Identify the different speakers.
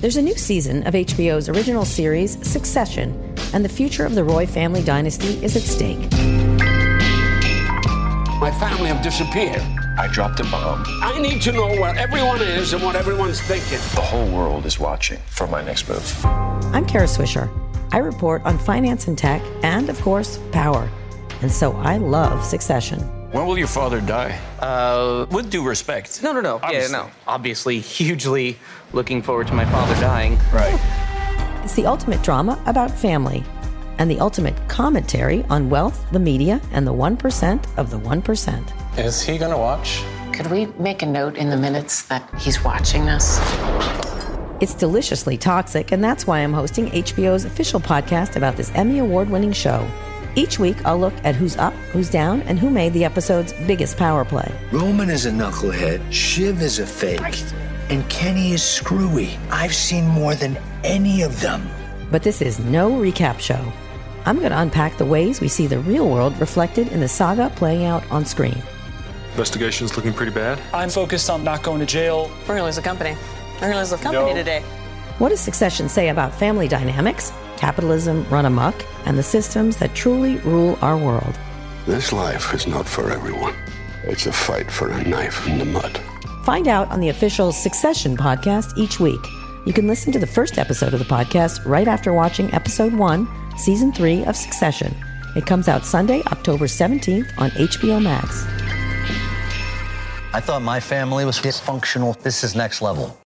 Speaker 1: There's a new season of HBO's original series, Succession, and the future of the Roy family dynasty is at stake.
Speaker 2: My family have disappeared.
Speaker 3: I dropped a bomb.
Speaker 2: I need to know where everyone is and what everyone's thinking.
Speaker 3: The whole world is watching for my next move.
Speaker 1: I'm Kara Swisher. I report on finance and tech, and of course, power. And so I love Succession.
Speaker 4: When will your father die?
Speaker 5: Uh,
Speaker 4: With due respect.
Speaker 5: no, no, no.
Speaker 4: Obviously.
Speaker 5: Yeah, no. Obviously, hugely looking forward to my father dying.
Speaker 4: Right.
Speaker 1: It's the ultimate drama about family and the ultimate commentary on wealth, the media, and the 1% of the 1%.
Speaker 6: Is he gonna watch?
Speaker 7: Could we make a note in the minutes that he's watching us?
Speaker 1: It's deliciously toxic, and that's why I'm hosting HBO's official podcast about this Emmy Award winning show. Each week, I'll look at who's up, who's down, and who made the episode's biggest power play.
Speaker 8: Roman is a knucklehead, Shiv is a fake, and Kenny is screwy. I've seen more than any of them.
Speaker 1: But this is no recap show. I'm going to unpack the ways we see the real world reflected in the saga playing out on screen.
Speaker 9: Investigation's looking pretty bad.
Speaker 10: I'm focused on not going to jail.
Speaker 11: We're gonna lose the company. We're gonna lose the company today.
Speaker 1: What does succession say about family dynamics, capitalism run amok, and the systems that truly rule our world?
Speaker 12: This life is not for everyone. It's a fight for a knife in the mud.
Speaker 1: Find out on the official Succession podcast each week. You can listen to the first episode of the podcast right after watching episode one, season three of Succession. It comes out Sunday, October 17th on HBO Max.
Speaker 8: I thought my family was dysfunctional. This is next level.